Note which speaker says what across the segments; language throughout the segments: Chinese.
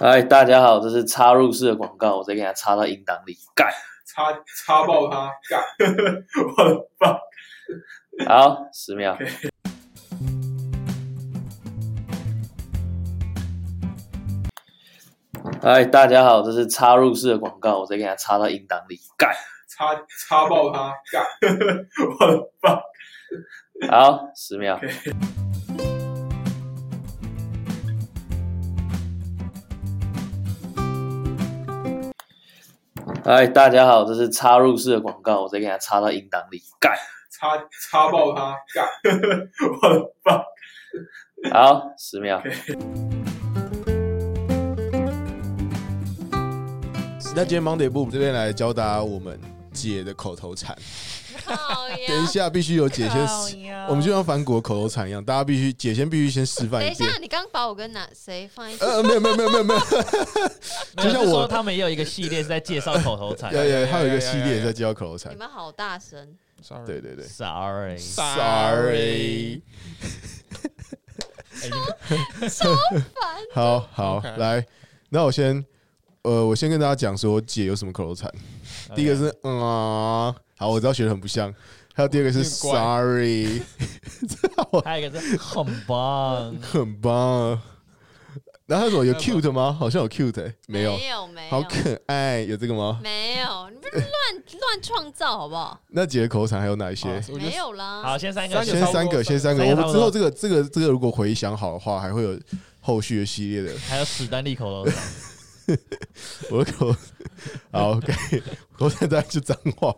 Speaker 1: 嗨，哎大家好，这是插入式的广告，我直接给它插到音档里。干，
Speaker 2: 插插爆他，干！ 我的妈！
Speaker 1: 好，十秒。嗨，哎大家好，这是插入式的广告，我直接给它插到音档里。干，
Speaker 2: 插插爆他，干！ 我的妈！
Speaker 1: 好，十秒。嗨，哎大家好，这是插入式的广告，我直接给它插到音档里。干，
Speaker 2: 插插爆他，干！ 我的妈！
Speaker 1: 好，十秒。
Speaker 3: 那今天 Monday Boom 这边来教大家我们姐的口头禅。
Speaker 4: 靠哎呀！
Speaker 3: 等一下必须有姐先示，我们就像反骨口头禅一样，大家必须姐先必须先示范
Speaker 4: 等
Speaker 3: 一
Speaker 4: 一
Speaker 3: 遍
Speaker 4: 下。，你刚把我跟哪谁放一起？
Speaker 3: 呃，没有没有没有没有没 有，
Speaker 5: 没有
Speaker 3: 就像
Speaker 5: 是
Speaker 3: 我
Speaker 5: 说他们也有一个系列是在介绍口头禅。
Speaker 6: 哎
Speaker 3: 有有，还有一
Speaker 6: 有
Speaker 3: 个
Speaker 6: 有
Speaker 3: 系列在教口头禅
Speaker 4: 你。们好 大声！
Speaker 6: Sorry
Speaker 3: 对对对
Speaker 5: Sorry，
Speaker 3: ，Sorry，
Speaker 5: 哎已经
Speaker 3: 好好
Speaker 6: OK
Speaker 3: 来，那我先呃，我先跟大家讲说姐有什么口头禅。
Speaker 6: 哎
Speaker 3: 第一个是嗯啊，好，我知道学的很不像。还有第二个是
Speaker 6: 有点怪
Speaker 3: Sorry，
Speaker 5: 还有一个是很棒，
Speaker 3: 很棒啊。然后他说有 cute 吗？好像有 cute，、欸、没有。
Speaker 4: 没有，没
Speaker 3: 好
Speaker 4: 有，
Speaker 3: 可爱，有这个吗？
Speaker 4: 没有，你不是乱乱创造好不好？
Speaker 3: 那几个口头禅还有哪一些？
Speaker 6: 我觉得
Speaker 4: 没有啦。
Speaker 5: 好，先三个，
Speaker 6: 三个
Speaker 3: 先三个，先三个。我
Speaker 5: 三个
Speaker 3: 们
Speaker 5: 差不多
Speaker 3: 之后这个这个这个，如果回想好的话，还会有后续的系列的。
Speaker 5: 还有史丹利口头禅，
Speaker 3: 我的口好 OK，口头 禅大概就脏话。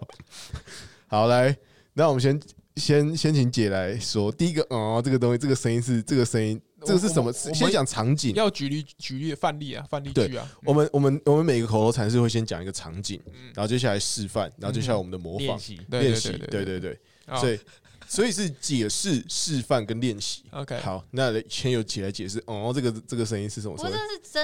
Speaker 3: 好，来，那我们先先先请姐来说第一个哦，这个东西，这个声音是这个声音，这个是什么？
Speaker 6: 我我
Speaker 3: 先讲场景。
Speaker 6: 要举例举例范例啊，范例
Speaker 3: 对
Speaker 6: 句啊，
Speaker 3: 我们我们我们每个口头禅是会先讲一个场景，
Speaker 6: 嗯
Speaker 3: 然后接下来示范，然后接下来我们的模
Speaker 5: 练
Speaker 3: 仿
Speaker 5: 习。
Speaker 6: 对
Speaker 3: 练习。
Speaker 6: 对啊
Speaker 3: 对对对。所
Speaker 6: 以
Speaker 3: 以所以是解释、示范跟练习。
Speaker 6: OK
Speaker 3: 好，那先由姐来解释。哦，这个这个声音是什么
Speaker 4: 不
Speaker 3: 声
Speaker 4: 过
Speaker 3: 音
Speaker 4: 这？是真。